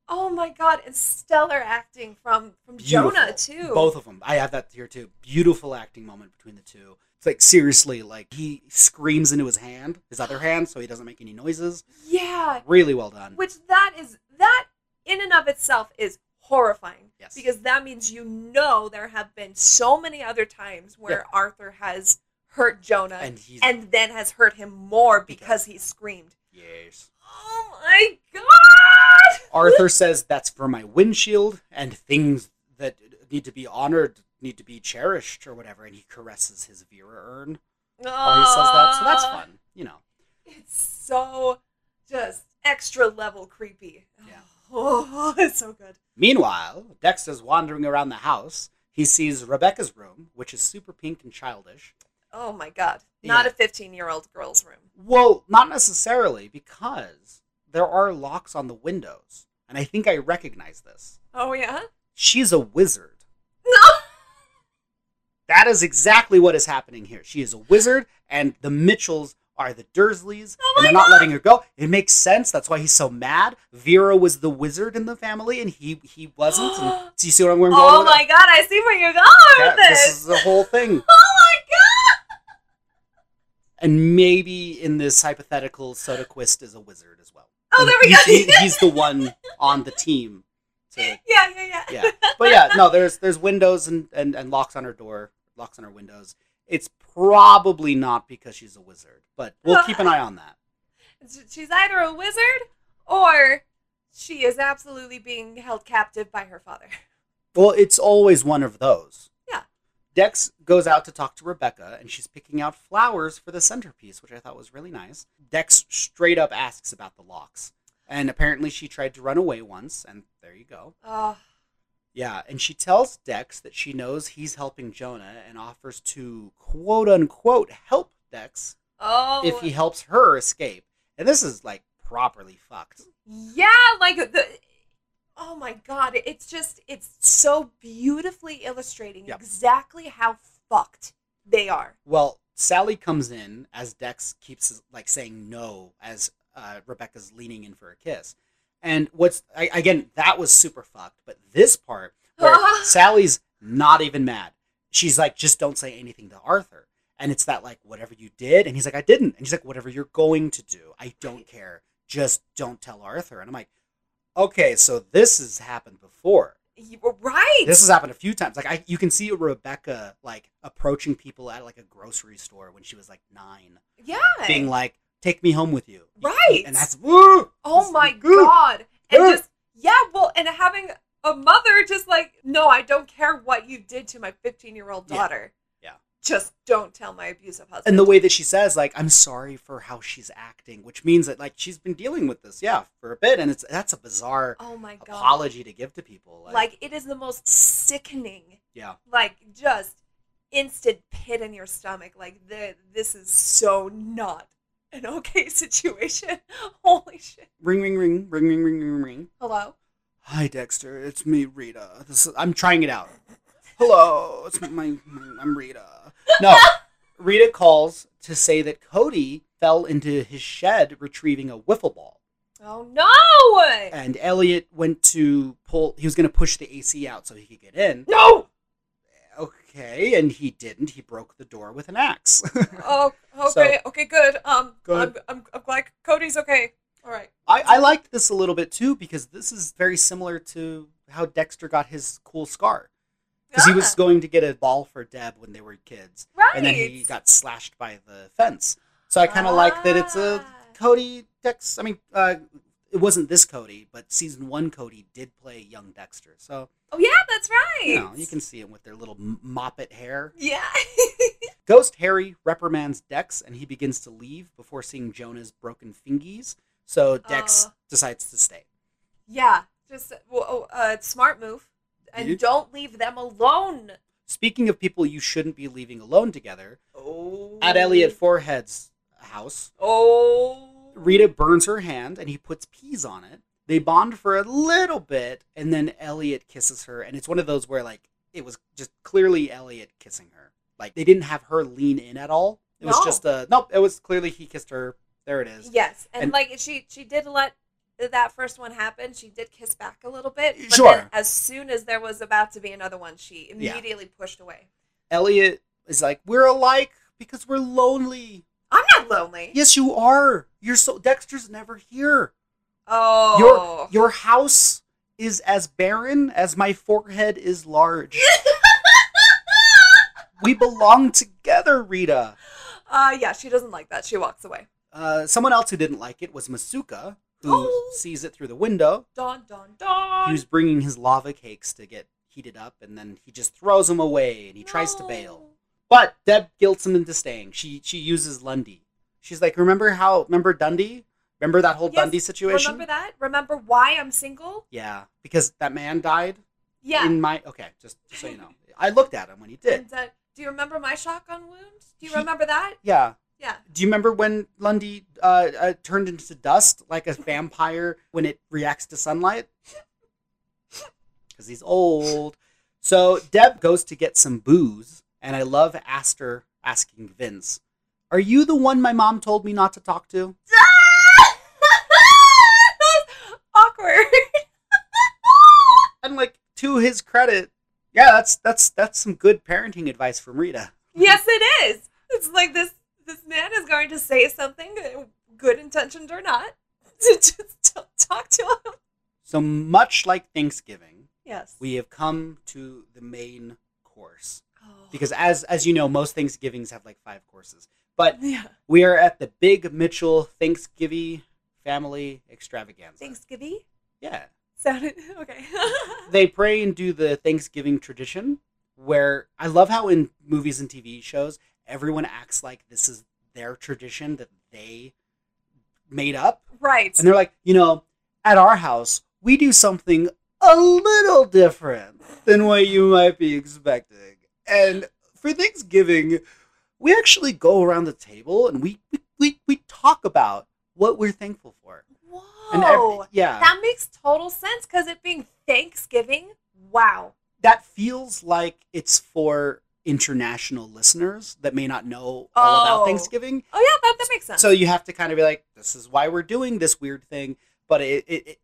Speaker 1: Oh my god! And stellar acting from from
Speaker 2: Beautiful.
Speaker 1: Jonah too.
Speaker 2: Both of them. I have that here too. Beautiful acting moment between the two. It's like seriously, like he screams into his hand, his other hand, so he doesn't make any noises.
Speaker 1: Yeah.
Speaker 2: Really well done.
Speaker 1: Which that is that in and of itself is horrifying.
Speaker 2: Yes.
Speaker 1: Because that means you know there have been so many other times where Arthur has hurt Jonah
Speaker 2: and he's
Speaker 1: and then has hurt him more because he screamed.
Speaker 2: yes.
Speaker 1: Oh my god!
Speaker 2: Arthur says that's for my windshield and things that need to be honored need to be cherished or whatever, and he caresses his Vera urn while Oh, he says that. So that's
Speaker 1: Ah.
Speaker 2: fun, you know.
Speaker 1: It's so just extra level creepy.
Speaker 2: Yeah.
Speaker 1: Oh, it's so good.
Speaker 2: Meanwhile, Dexter's wandering around the house. He sees Rebecca's room, which is super pink and childish.
Speaker 1: Oh my god. Not
Speaker 2: Yeah.
Speaker 1: a 15 year old girl's room.
Speaker 2: Well, not necessarily, because there are locks on the windows. And I think I recognize this.
Speaker 1: Oh yeah?
Speaker 2: She's a wizard.
Speaker 1: No!
Speaker 2: That is exactly what is happening here. She is a wizard, and the Mitchells are the Dursleys,
Speaker 1: Oh
Speaker 2: and
Speaker 1: my
Speaker 2: they're not
Speaker 1: God.
Speaker 2: letting her go. It makes sense. That's why he's so mad. Vera was the wizard in the family, and he he wasn't. And, do you see what I'm where I'm going?
Speaker 1: Oh
Speaker 2: with
Speaker 1: my god, I see where you're going
Speaker 2: it?
Speaker 1: with
Speaker 2: That-
Speaker 1: this.
Speaker 2: is the whole thing.
Speaker 1: Oh my god!
Speaker 2: And maybe in this hypothetical, Sodaquist is a wizard as well.
Speaker 1: Oh,
Speaker 2: And
Speaker 1: there we
Speaker 2: he's,
Speaker 1: go.
Speaker 2: he- he's the one on the team. To,
Speaker 1: Yeah, yeah, yeah.
Speaker 2: yeah, but yeah, no. There's there's windows and, and and locks on her door, locks on her windows. It's probably not because she's a wizard, but we'll keep an eye on that.
Speaker 1: Sh- She's either a wizard or she is absolutely being held captive by her father.
Speaker 2: Well, it's always one of those.
Speaker 1: Yeah.
Speaker 2: Dex goes out to talk to Rebecca, and she's picking out flowers for the centerpiece, which I thought was really nice. Dex straight up asks about the locks, and apparently she tried to run away once, and there you go.
Speaker 1: Oh,
Speaker 2: Yeah, and she tells Dex that she knows he's helping Jonah and offers to quote unquote help Dex
Speaker 1: oh.
Speaker 2: if he helps her escape. And this is like properly fucked.
Speaker 1: Yeah, like the. Oh my god, it's just it's so beautifully illustrating
Speaker 2: Yep.
Speaker 1: exactly how fucked they are.
Speaker 2: Well, Sally comes in as Dex keeps like saying no as uh, Rebecca's leaning in for a kiss. And what's I, again that was super fucked, but this part where Sally's not even mad. She's like, just don't say anything to Arthur. And it's that like whatever you did, and he's like, I didn't. And she's like, whatever you're going to do, I don't care. Just don't tell Arthur. And I'm like, okay, so this has happened before
Speaker 1: You were right.
Speaker 2: this has happened a few times. Like I, you can see Rebecca like approaching people at like a grocery store when she was like nine,
Speaker 1: yeah.
Speaker 2: being like, "Take me home with you,"
Speaker 1: Right.
Speaker 2: And that's woo.
Speaker 1: oh my
Speaker 2: Ooh.
Speaker 1: god. And
Speaker 2: Ooh.
Speaker 1: just yeah, well, and having a mother just like, no, I don't care what you did to my 15-year-old
Speaker 2: Yeah.
Speaker 1: daughter.
Speaker 2: Yeah.
Speaker 1: Just don't tell my abusive husband.
Speaker 2: And the way that she says, like, "I'm sorry for how she's acting," which means that like she's been dealing with this, yeah, for a bit, and it's that's a bizarre
Speaker 1: Oh my god.
Speaker 2: apology to give to people.
Speaker 1: like, it is the most sickening.
Speaker 2: Yeah.
Speaker 1: Like just instant pit in your stomach. Like the this is so not an okay situation. Holy shit.
Speaker 2: ring, ring, ring, ring, ring, ring, ring, ring.
Speaker 1: Hello.
Speaker 2: Hi, Dexter. It's me, Rita. This is, I'm trying it out. Hello, it's my, my I'm Rita. No, Rita calls to say that Cody fell into his shed retrieving a wiffle ball,
Speaker 1: Oh no.
Speaker 2: and Elliot went to pull. He was going to push the AC out so he could get in.
Speaker 1: No.
Speaker 2: Okay, and he didn't. He broke the door with an axe.
Speaker 1: Oh okay. okay, good. Um
Speaker 2: Go
Speaker 1: I'm, I'm I'm glad Cody's okay. All right.
Speaker 2: I, I liked this a little bit too because this is very similar to how Dexter got his cool scar. Because he was
Speaker 1: Ah,
Speaker 2: going to get a ball for Deb when they were kids.
Speaker 1: right.
Speaker 2: and then he got slashed by the fence. So I kind of like that it's a
Speaker 1: Ah.
Speaker 2: Cody Dex. I mean, uh, it wasn't this Cody, but season one Cody did play young Dexter. So
Speaker 1: Oh yeah, that's right.
Speaker 2: you know you can see him with their little m- moppet hair.
Speaker 1: Yeah.
Speaker 2: Ghost Harry reprimands Dex, and he begins to leave before seeing Jonah's broken fingies. So Dex
Speaker 1: Oh.
Speaker 2: decides to stay.
Speaker 1: yeah. Just well, uh, smart move. And
Speaker 2: You-
Speaker 1: don't leave them alone.
Speaker 2: Speaking of people you shouldn't be leaving alone together,
Speaker 1: Oh.
Speaker 2: at Elliot Forehead's house,
Speaker 1: Oh.
Speaker 2: Rita burns her hand and he puts peas on it. They bond for a little bit and then Elliot kisses her. And it's one of those where, like, it was just clearly Elliot kissing her. Like, they didn't have her lean in at all. It was
Speaker 1: No.
Speaker 2: just a, nope, it was clearly he kissed her. There it is.
Speaker 1: Yes, and,
Speaker 2: And-
Speaker 1: like she she did let that first one happen. She did kiss back a little bit. But
Speaker 2: Sure.
Speaker 1: Then as soon as there was about to be another one, she
Speaker 2: Yeah.
Speaker 1: immediately pushed away.
Speaker 2: Elliot is like, we're alike because we're lonely.
Speaker 1: I'm not lonely.
Speaker 2: Yes, you are. You're so, Dexter's never here.
Speaker 1: Oh.
Speaker 2: Your house is as barren as my forehead is large. we belong together, Rita.
Speaker 1: uh yeah, she doesn't like that. She walks away.
Speaker 2: Uh, someone else who didn't like it was Masuka, who
Speaker 1: Oh.
Speaker 2: sees it through the window.
Speaker 1: Don don don.
Speaker 2: He was bringing his lava cakes to get heated up, and then he just throws them away and he tries to
Speaker 1: No.
Speaker 2: bail. But Deb guilts him into staying. She she uses Lundy. She's like, remember how remember Dundee? Remember that whole
Speaker 1: Yes,
Speaker 2: Dundee situation?
Speaker 1: Remember that? Remember why I'm single?
Speaker 2: Yeah, because that man died
Speaker 1: Yeah.
Speaker 2: in my. Okay, just, just so you know, I looked at him when he did.
Speaker 1: And, uh, do you remember my shotgun wound? Do you
Speaker 2: He-
Speaker 1: remember that?
Speaker 2: Yeah.
Speaker 1: Yeah.
Speaker 2: Do you remember when Lundy uh, uh, turned into dust like a vampire when it reacts to sunlight? Because he's old. So Deb goes to get some booze, and I love Aster asking Vince, "Are you the one my mom told me not to talk to?"
Speaker 1: Awkward.
Speaker 2: And like to his credit, yeah, that's that's that's some good parenting advice from Rita.
Speaker 1: yes, it is. It's like this this man is going to say something, uh, good intentioned or not, to just t- talk to him.
Speaker 2: So much like Thanksgiving,
Speaker 1: Yes.
Speaker 2: we have come to the main course.
Speaker 1: Oh.
Speaker 2: because as as you know, most Thanksgivings have like five courses. But
Speaker 1: yeah,
Speaker 2: we are at the Big Mitchell Thanksgiving Family Extravaganza.
Speaker 1: Thanksgiving
Speaker 2: Yeah,
Speaker 1: sounded okay.
Speaker 2: they pray and do the Thanksgiving tradition, where I love how in movies and TV shows everyone acts like this is their tradition that they made up,
Speaker 1: right.
Speaker 2: and they're like, you know, at our house we do something a little different than what you might be expecting. And for Thanksgiving, we actually go around the table and we we we talk about what we're thankful for.
Speaker 1: Whoa.
Speaker 2: And every, yeah,
Speaker 1: Oh, that makes total sense because it being Thanksgiving. Wow.
Speaker 2: that feels like it's for international listeners that may not know all
Speaker 1: Oh.
Speaker 2: about Thanksgiving.
Speaker 1: Oh yeah, that, that makes sense.
Speaker 2: So you have to kind of be like, this is why we're doing this weird thing. But it, it, it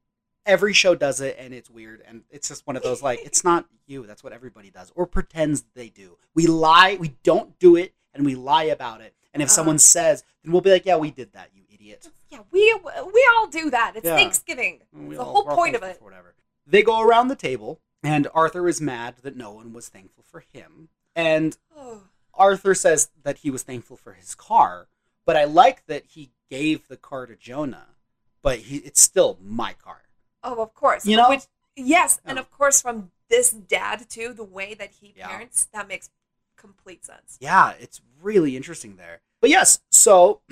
Speaker 2: every show does it, and it's weird, and it's just one of those like, it's not you. That's what everybody does, or pretends they do. We lie. We don't do it, and we lie about it. And if
Speaker 1: Uh-huh.
Speaker 2: someone says, then we'll be like, yeah, we did that, you idiot.
Speaker 1: yeah, we we all do that. It's
Speaker 2: Yeah.
Speaker 1: Thanksgiving.
Speaker 2: And we
Speaker 1: the
Speaker 2: all-
Speaker 1: whole
Speaker 2: we're all
Speaker 1: point of
Speaker 2: thankful
Speaker 1: it.
Speaker 2: for Whatever. They go around the table, and Arthur is mad that no one was thankful for him, and
Speaker 1: Oh.
Speaker 2: Arthur says that he was thankful for his car, but I like that he gave the car to Jonah, but he, it's still my car.
Speaker 1: Oh, of course.
Speaker 2: You know?
Speaker 1: Which, yes, and
Speaker 2: Yeah.
Speaker 1: of course from this dad too, the way that he
Speaker 2: Yeah.
Speaker 1: parents, that makes complete sense.
Speaker 2: Yeah, it's really interesting there. But yes, so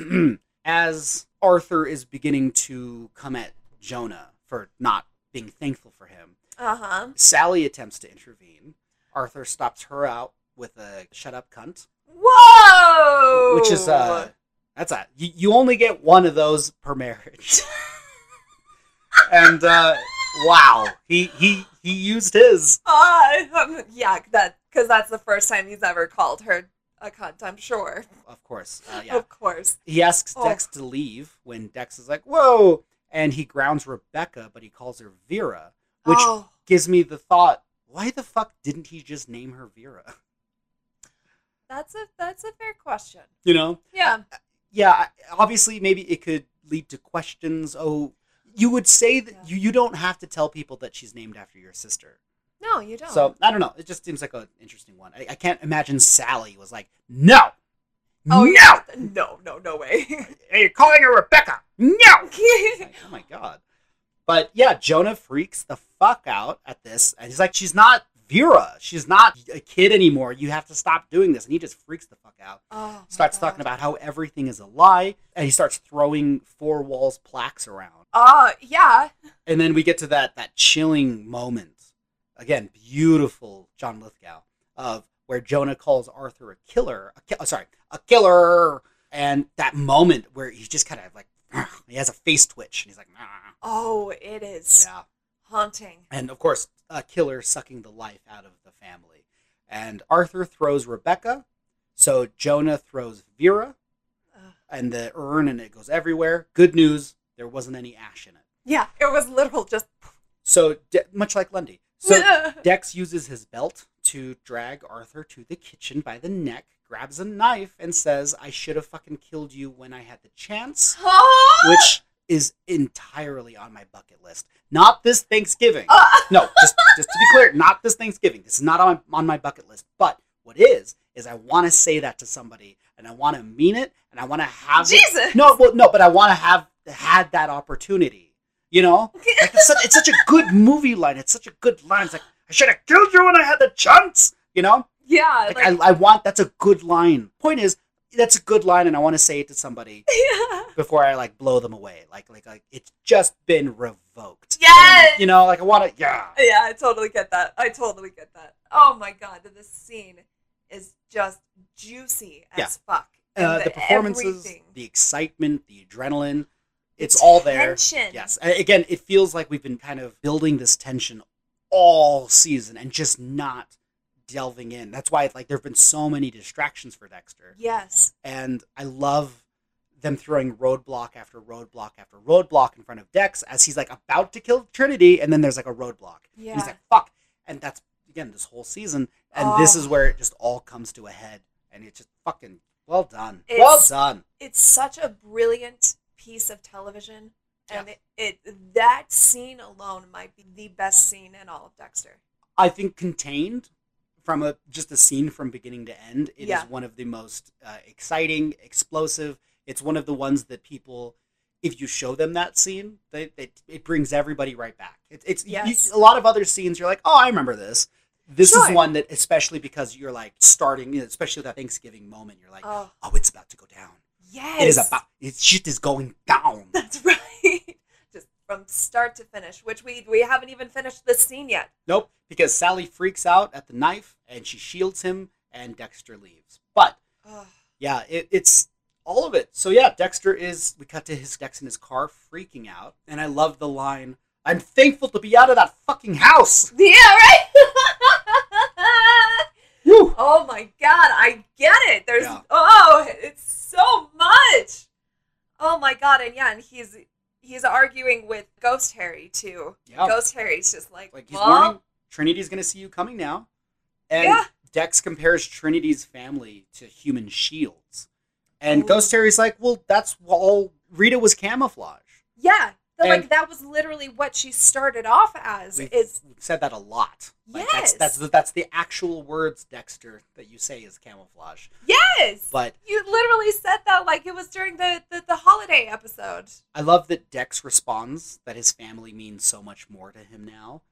Speaker 2: as Arthur is beginning to come at Jonah for not being thankful for him,
Speaker 1: Uh huh.
Speaker 2: Sally attempts to intervene. Arthur stops her out with a shut up cunt,
Speaker 1: Whoa.
Speaker 2: which is uh that's a you, you only get one of those per marriage. and uh wow, he he he used his.
Speaker 1: Uh, um, yeah, that because that's the first time he's ever called her a cunt. I'm sure.
Speaker 2: Of course. Uh, yeah.
Speaker 1: Of course.
Speaker 2: He asks
Speaker 1: Oh.
Speaker 2: Dex to leave when Dex is like, "Whoa." And he grounds Rebecca, but he calls her Vera, which
Speaker 1: oh.
Speaker 2: gives me the thought, why the fuck didn't he just name her Vera?
Speaker 1: That's a that's a fair question.
Speaker 2: You know?
Speaker 1: Yeah.
Speaker 2: yeah, I- obviously, maybe it could lead to questions. Oh, you would say that
Speaker 1: Yeah.
Speaker 2: you, you don't have to tell people that she's named after your sister.
Speaker 1: No, you don't.
Speaker 2: So I don't know. It just seems like an interesting one. I, I can't imagine Sally was like, no,
Speaker 1: oh
Speaker 2: no,
Speaker 1: yeah. No, no, no way.
Speaker 2: you're calling her Rebecca. No. Like, oh my god. But yeah, Jonah freaks the fuck out at this, and he's like, she's not Vera. She's not a kid anymore. You have to stop doing this. And he just freaks the fuck out.
Speaker 1: oh,
Speaker 2: starts talking about how everything is a lie, and he starts throwing four walls plaques around.
Speaker 1: Uh, yeah.
Speaker 2: And then we get to that that chilling moment. Again, beautiful John Lithgow of where Jonah calls Arthur a killer, a ki- oh, sorry, a killer, and that moment where he's just kind of like he has a face twitch and he's like, "Ah."
Speaker 1: Oh, it is
Speaker 2: yeah,
Speaker 1: haunting.
Speaker 2: and of course, a killer sucking the life out of the family. And Arthur throws Rebecca, so Jonah throws Vera,
Speaker 1: Ugh.
Speaker 2: and the urn and it goes everywhere. Good news, there wasn't any ash in it.
Speaker 1: Yeah, it was literal just.
Speaker 2: So De- much like Lundy, so Dex uses his belt to drag Arthur to the kitchen by the neck, grabs a knife, and says, "I should have fucking killed you when I had the chance,"
Speaker 1: Huh?
Speaker 2: which is entirely on my bucket list. Not this Thanksgiving.
Speaker 1: Uh,
Speaker 2: No, just just to be clear, not this Thanksgiving. This is not on on my bucket list. But what is is I want to say that to somebody, and I want to mean it, and I want to have it
Speaker 1: Jesus.
Speaker 2: no, well, no, but I want to have had that opportunity. You know, like it's, such, it's such a good movie line. It's such a good line. It's like I should have killed you when I had the chance. You know,
Speaker 1: Yeah,
Speaker 2: like,
Speaker 1: like,
Speaker 2: I, I want. That's a good line. Point is, that's a good line, and I want to say it to somebody
Speaker 1: yeah.
Speaker 2: before I like blow them away. Like like like it's just been revoked.
Speaker 1: Yes!
Speaker 2: you know, like I want to. Yeah.
Speaker 1: Yeah, I totally get that. I totally get that. Oh my god, this scene is just juicy as
Speaker 2: Yeah.
Speaker 1: fuck. And
Speaker 2: Uh, the performances,
Speaker 1: everything.
Speaker 2: the excitement, the adrenaline, it's all there.
Speaker 1: Tension.
Speaker 2: Yes. A- Again, it feels like we've been kind of building this tension all season and just not delving in. That's why like there've been so many distractions for Dexter.
Speaker 1: Yes.
Speaker 2: And I love them throwing roadblock after roadblock after roadblock in front of Dex as he's like about to kill Trinity and then there's like a roadblock.
Speaker 1: Yeah.
Speaker 2: And he's like, fuck. And that's again this whole season. And this
Speaker 1: Oh.
Speaker 2: is where it just all comes to a head. And it's just fucking well done.
Speaker 1: It's-
Speaker 2: well done.
Speaker 1: it's such a brilliant piece of television and it, it that scene alone might be the best scene in all of Dexter.
Speaker 2: I think contained from a just a scene from beginning to end. it is
Speaker 1: Yeah.
Speaker 2: one of the most uh, exciting, explosive. It's one of the ones that people, if you show them that scene, they, they it brings everybody right back. It, it's you-
Speaker 1: Yes.
Speaker 2: a lot of other scenes. You're like, oh, I remember this. This
Speaker 1: Sure.
Speaker 2: is one that, especially because you're like starting, you know, especially that Thanksgiving moment, you're like,
Speaker 1: Oh,
Speaker 2: oh, it's about to go down.
Speaker 1: yes.
Speaker 2: It is about. It shit is going down.
Speaker 1: That's right. Just from start to finish, which we we haven't even finished this scene yet.
Speaker 2: Nope, because Sally freaks out at the knife and she shields him, and Dexter leaves. But
Speaker 1: Ugh.
Speaker 2: yeah, it, it's all of it. So yeah, Dexter is. We cut to his Dex in his car, freaking out, and I love the line. I'm thankful to be out of that fucking house.
Speaker 1: Yeah, right?
Speaker 2: Woo!
Speaker 1: oh my god, I get it. There's
Speaker 2: Yeah.
Speaker 1: oh, it's so much. Oh my god, and yeah, and he's he's arguing with Ghost Harry too.
Speaker 2: Yeah,
Speaker 1: Ghost Harry's just like,
Speaker 2: Oh. like he's
Speaker 1: "Well,
Speaker 2: warning Trinity's gonna see you coming now, and
Speaker 1: Yeah.
Speaker 2: Dex compares Trinity's family to human shields, and
Speaker 1: Ooh.
Speaker 2: Ghost Harry's like, well, that's all. Rita was camouflage.
Speaker 1: Yeah, the, like
Speaker 2: And-
Speaker 1: that was literally what she started off as.
Speaker 2: We've-
Speaker 1: Is
Speaker 2: We've said that a lot. Like
Speaker 1: Yes.
Speaker 2: that's that's the, that's the actual words, Dexter, that you say is camouflage.
Speaker 1: yes,
Speaker 2: But
Speaker 1: you literally said that like it was during the the, the holiday episode.
Speaker 2: I love that Dex responds that his family means so much more to him now.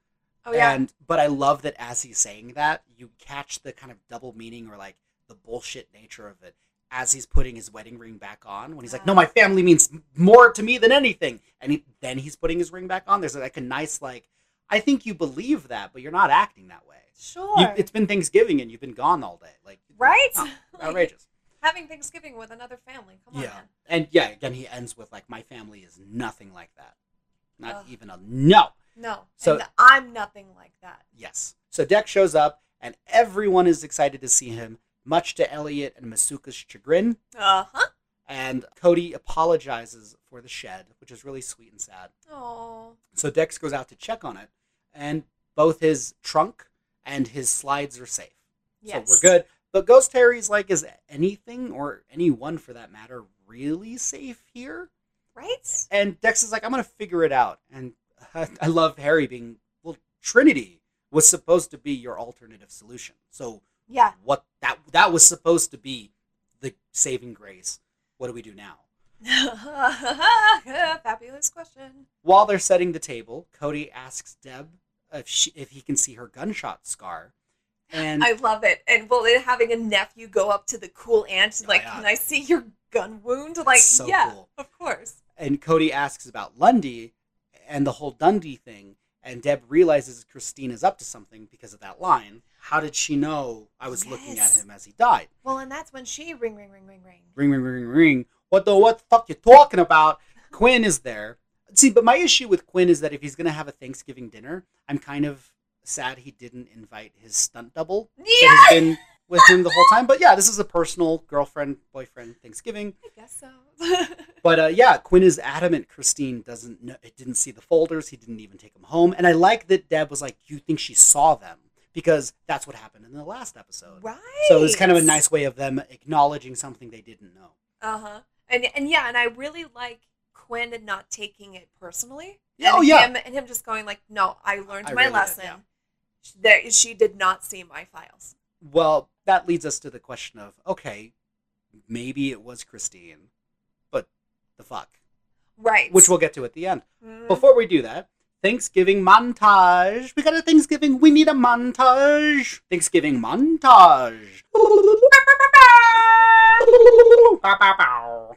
Speaker 1: Oh yeah,
Speaker 2: And but I love that as he's saying that, you catch the kind of double meaning or like the bullshit nature of it as he's putting his wedding ring back on when he's like, "No,
Speaker 1: Ah.
Speaker 2: my family means m- more to me than anything." And he, then he's putting his ring back on. There's like a nice like I think you believe that, but you're not acting that way.
Speaker 1: sure,
Speaker 2: You, it's been Thanksgiving and you've been gone all day. Like
Speaker 1: right?
Speaker 2: Huh,
Speaker 1: Like,
Speaker 2: outrageous.
Speaker 1: having Thanksgiving with another family. Come on,
Speaker 2: Yeah.
Speaker 1: man.
Speaker 2: And yeah, again, he ends with like, "My family is nothing like that. Not
Speaker 1: Ugh.
Speaker 2: even a no."
Speaker 1: no,
Speaker 2: So-
Speaker 1: and I'm nothing like that.
Speaker 2: Yes. So Deck shows up, and everyone is excited to see him, much to Elliot and Masuka's chagrin.
Speaker 1: Uh huh.
Speaker 2: And Cody apologizes for the shed, which is really sweet and sad.
Speaker 1: Oh,
Speaker 2: So Dex goes out to check on it, and both his trunk and his slides are safe.
Speaker 1: yes.
Speaker 2: So we're good. But Ghost Harry's like, is anything or anyone for that matter really safe here?
Speaker 1: right?
Speaker 2: And Dex is like, I'm gonna figure it out. And I love Harry being, well, Trinity was supposed to be your alternative solution. So
Speaker 1: Yeah,
Speaker 2: what that that was supposed to be the saving grace. What do we do now?
Speaker 1: fabulous question.
Speaker 2: While they're setting the table, Cody asks Deb if she, if he can see her gunshot scar, and
Speaker 1: I love it. And well, it, having a nephew go up to the cool aunt and
Speaker 2: Oh,
Speaker 1: like,
Speaker 2: yeah.
Speaker 1: can I see your gun wound?
Speaker 2: that's
Speaker 1: Like,
Speaker 2: so
Speaker 1: yeah,
Speaker 2: cool.
Speaker 1: of course.
Speaker 2: and Cody asks about Lundy and the whole Dundee thing, and Deb realizes Christina's up to something because of that line. How did she know I was looking at
Speaker 1: Yes.
Speaker 2: him as he died?
Speaker 1: Well, and that's when she ring, ring, ring, ring, ring.
Speaker 2: Ring, ring, ring, ring, ring. What the what the fuck you talking about? Quinn is there. See, but my issue with Quinn is that if he's gonna have a Thanksgiving dinner, I'm kind of sad he didn't invite his stunt double that
Speaker 1: Yeah,
Speaker 2: has been with him the whole time. But yeah, this is a personal girlfriend boyfriend Thanksgiving.
Speaker 1: I guess so.
Speaker 2: But uh, yeah, Quinn is adamant. Christine doesn't know, didn't see the folders. He didn't even take them home. And I like that Deb was like, "You think she saw them?" Because that's what happened in the last episode.
Speaker 1: right.
Speaker 2: So it's kind of a nice way of them acknowledging something they didn't know.
Speaker 1: Uh huh. And and yeah, and I really like Quinn not taking it personally.
Speaker 2: Yeah,
Speaker 1: And
Speaker 2: oh, yeah.
Speaker 1: Him, and him just going like, no, I learned
Speaker 2: I
Speaker 1: my
Speaker 2: really did,
Speaker 1: lesson.
Speaker 2: yeah.
Speaker 1: There, she did not see my files.
Speaker 2: Well, that leads us to the question of okay, maybe it was Christine, but the fuck,
Speaker 1: Right.
Speaker 2: which we'll get to at the end.
Speaker 1: Mm.
Speaker 2: Before we do that, Thanksgiving montage. We got a Thanksgiving. We need a montage. Thanksgiving montage. Bow, bow, bow.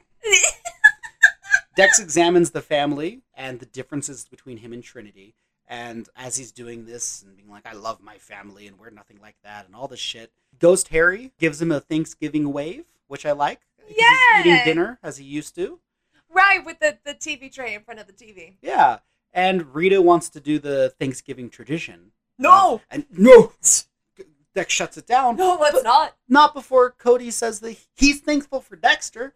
Speaker 2: Dex examines the family and the differences between him and Trinity. And as he's doing this and being like, I love my family and we're nothing like that and all this shit, Ghost Harry gives him a Thanksgiving wave, which I like. 'cause He's eating
Speaker 1: Yay!
Speaker 2: dinner as he used to.
Speaker 1: Right, with the, the TV tray in front of the TV.
Speaker 2: Yeah. And Rita wants to do the Thanksgiving tradition.
Speaker 1: No!
Speaker 2: And no! Dex shuts it down.
Speaker 1: No, let's not.
Speaker 2: Not before Cody says that he's thankful for Dexter.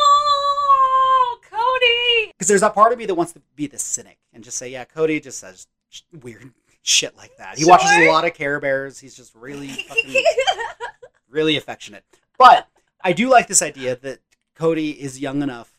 Speaker 1: No! Cody!
Speaker 2: Because there's that part of me that wants to be the cynic and just say, yeah, Cody just says sh- weird shit like that. He watches a
Speaker 1: Sure.
Speaker 2: lot of Care Bears. He's just really fucking, really affectionate. But I do like this idea that Cody is young enough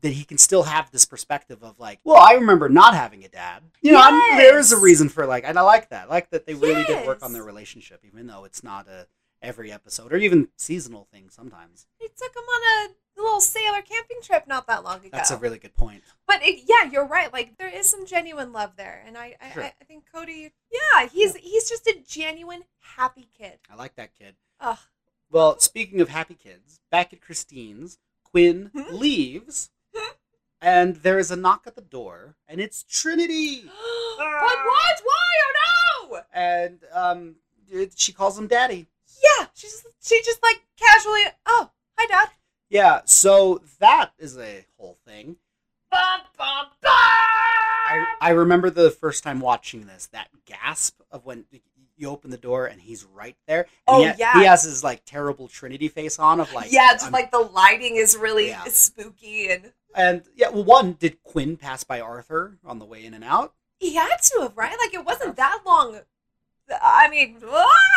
Speaker 2: that he can still have this perspective of like, well, I remember not having a dad. You know, I'm, there is a
Speaker 1: Yes.
Speaker 2: reason for like, and I like that. I like that they really did work on
Speaker 1: Yes.
Speaker 2: their relationship, even though it's not a every episode or even seasonal thing sometimes.
Speaker 1: They took him on a little sailor camping trip not that long ago.
Speaker 2: That's a really good point.
Speaker 1: but it, yeah, you're right. Like there is some genuine love there, and I I,
Speaker 2: Sure.
Speaker 1: I, I think Cody. Yeah, he's he's just a genuine happy kid.
Speaker 2: I like that kid.
Speaker 1: Ugh.
Speaker 2: Well, speaking of happy kids, back at Christine's, Quinn
Speaker 1: Hmm?
Speaker 2: leaves, and there is a knock at the door, and it's Trinity.
Speaker 1: but what? Why? Oh no!
Speaker 2: And um, it- she calls him Daddy.
Speaker 1: Yeah, she just she just like casually. Oh, hi, Dad.
Speaker 2: Yeah, so that is a whole thing.
Speaker 1: Bum bum bum.
Speaker 2: I, I remember the first time watching this, that gasp of when you open the door and he's right there. And
Speaker 1: Oh,
Speaker 2: he,
Speaker 1: yeah.
Speaker 2: He has his like terrible Trinity face on of like
Speaker 1: yeah, just
Speaker 2: I'm-
Speaker 1: like the lighting is really
Speaker 2: Yeah.
Speaker 1: spooky, and
Speaker 2: and yeah. Well, one did Quinn pass by Arthur on the way in and out?
Speaker 1: he had to have right. Like it wasn't that long. I mean,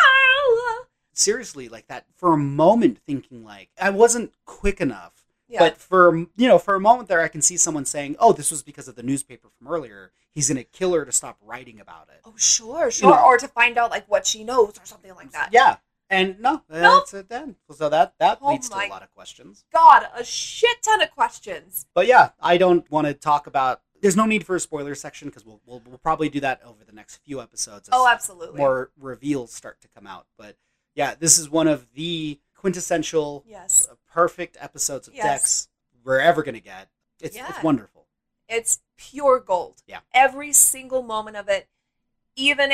Speaker 1: ah!
Speaker 2: seriously like that for a moment thinking like i wasn't quick enough
Speaker 1: yeah.
Speaker 2: but for you know for a moment there i can see someone saying oh this was because of the newspaper from earlier he's gonna kill her to stop writing about it
Speaker 1: Oh, sure, sure.
Speaker 2: know.
Speaker 1: Or to find out like what she knows or something like that.
Speaker 2: yeah and no that's it then so that that
Speaker 1: Oh
Speaker 2: leads
Speaker 1: my-
Speaker 2: to a lot of questions
Speaker 1: God, a shit ton of questions.
Speaker 2: but yeah i don't want to talk about there's no need for a spoiler section because we'll, we'll, we'll probably do that over the next few episodes as
Speaker 1: Oh, absolutely.
Speaker 2: more reveals start to come out but yeah this is one of the quintessential uh,
Speaker 1: Yes.
Speaker 2: perfect episodes of
Speaker 1: Yes.
Speaker 2: Dex we're ever gonna get. It's,
Speaker 1: Yeah.
Speaker 2: it's wonderful.
Speaker 1: It's pure gold.
Speaker 2: Yeah.
Speaker 1: Every single moment of it, even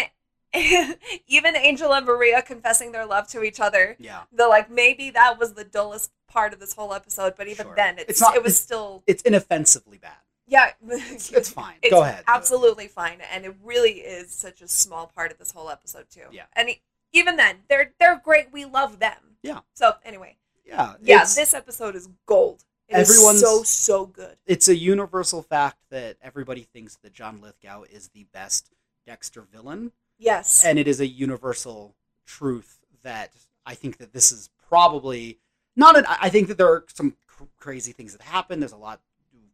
Speaker 1: even Angel and Maria confessing their love to each other.
Speaker 2: Yeah,
Speaker 1: The like maybe that was the dullest part of this whole episode, but even
Speaker 2: Sure.
Speaker 1: then it's,
Speaker 2: It's not-
Speaker 1: it was
Speaker 2: it's-
Speaker 1: still
Speaker 2: it's inoffensively bad.
Speaker 1: yeah.
Speaker 2: It's, it's fine.
Speaker 1: It's
Speaker 2: Go ahead.
Speaker 1: Absolutely fine, and it really is such a small part of this whole episode too.
Speaker 2: Yeah.
Speaker 1: and e- even then, they're they're great. We love them.
Speaker 2: Yeah.
Speaker 1: So anyway,
Speaker 2: Yeah,
Speaker 1: yeah,
Speaker 2: It's,
Speaker 1: this episode is gold. It is
Speaker 2: Everyone's-
Speaker 1: so so good.
Speaker 2: it's a universal fact that everybody thinks that John Lithgow is the best Dexter villain,
Speaker 1: Yes.
Speaker 2: and it is a universal truth that I think that this is probably not an. I I think that there are some cr- crazy things that happen. There's a lot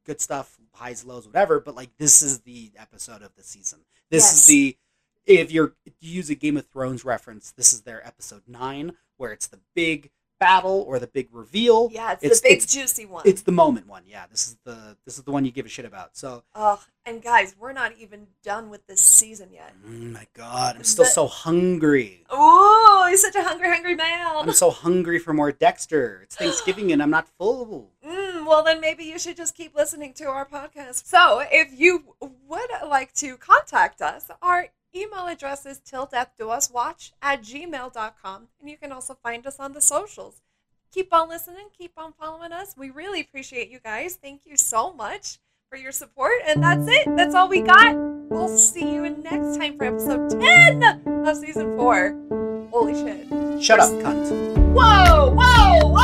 Speaker 2: good stuff, highs, lows, whatever. But like this is the episode of the season. This
Speaker 1: Yes.
Speaker 2: is the if you're if you use a Game of Thrones reference, this is their episode nine where it's the big battle or the big reveal.
Speaker 1: yeah, it's,
Speaker 2: it's-
Speaker 1: the big
Speaker 2: it's-
Speaker 1: juicy one.
Speaker 2: It's the moment one. Yeah, this is the this is the one you give a shit about. So,
Speaker 1: Ugh, and guys, we're not even done with this season yet.
Speaker 2: oh my god, I'm still
Speaker 1: The-
Speaker 2: so hungry.
Speaker 1: Ooh, he's such a hungry, hungry man.
Speaker 2: I'm so hungry for more Dexter. It's Thanksgiving and I'm not full.
Speaker 1: Mm, well, then maybe you should just keep listening to our podcast. So, if you would like to contact us, our email address is till death do us watch at gmail.com. And you can also find us on the socials. Keep on listening, keep on following us. We really appreciate you guys. Thank you so much for your support. And that's it, that's all we got. We'll see you next time for episode 10 of season four. Holy shit.
Speaker 2: Shut up, cunt.
Speaker 1: Whoa, whoa, whoa!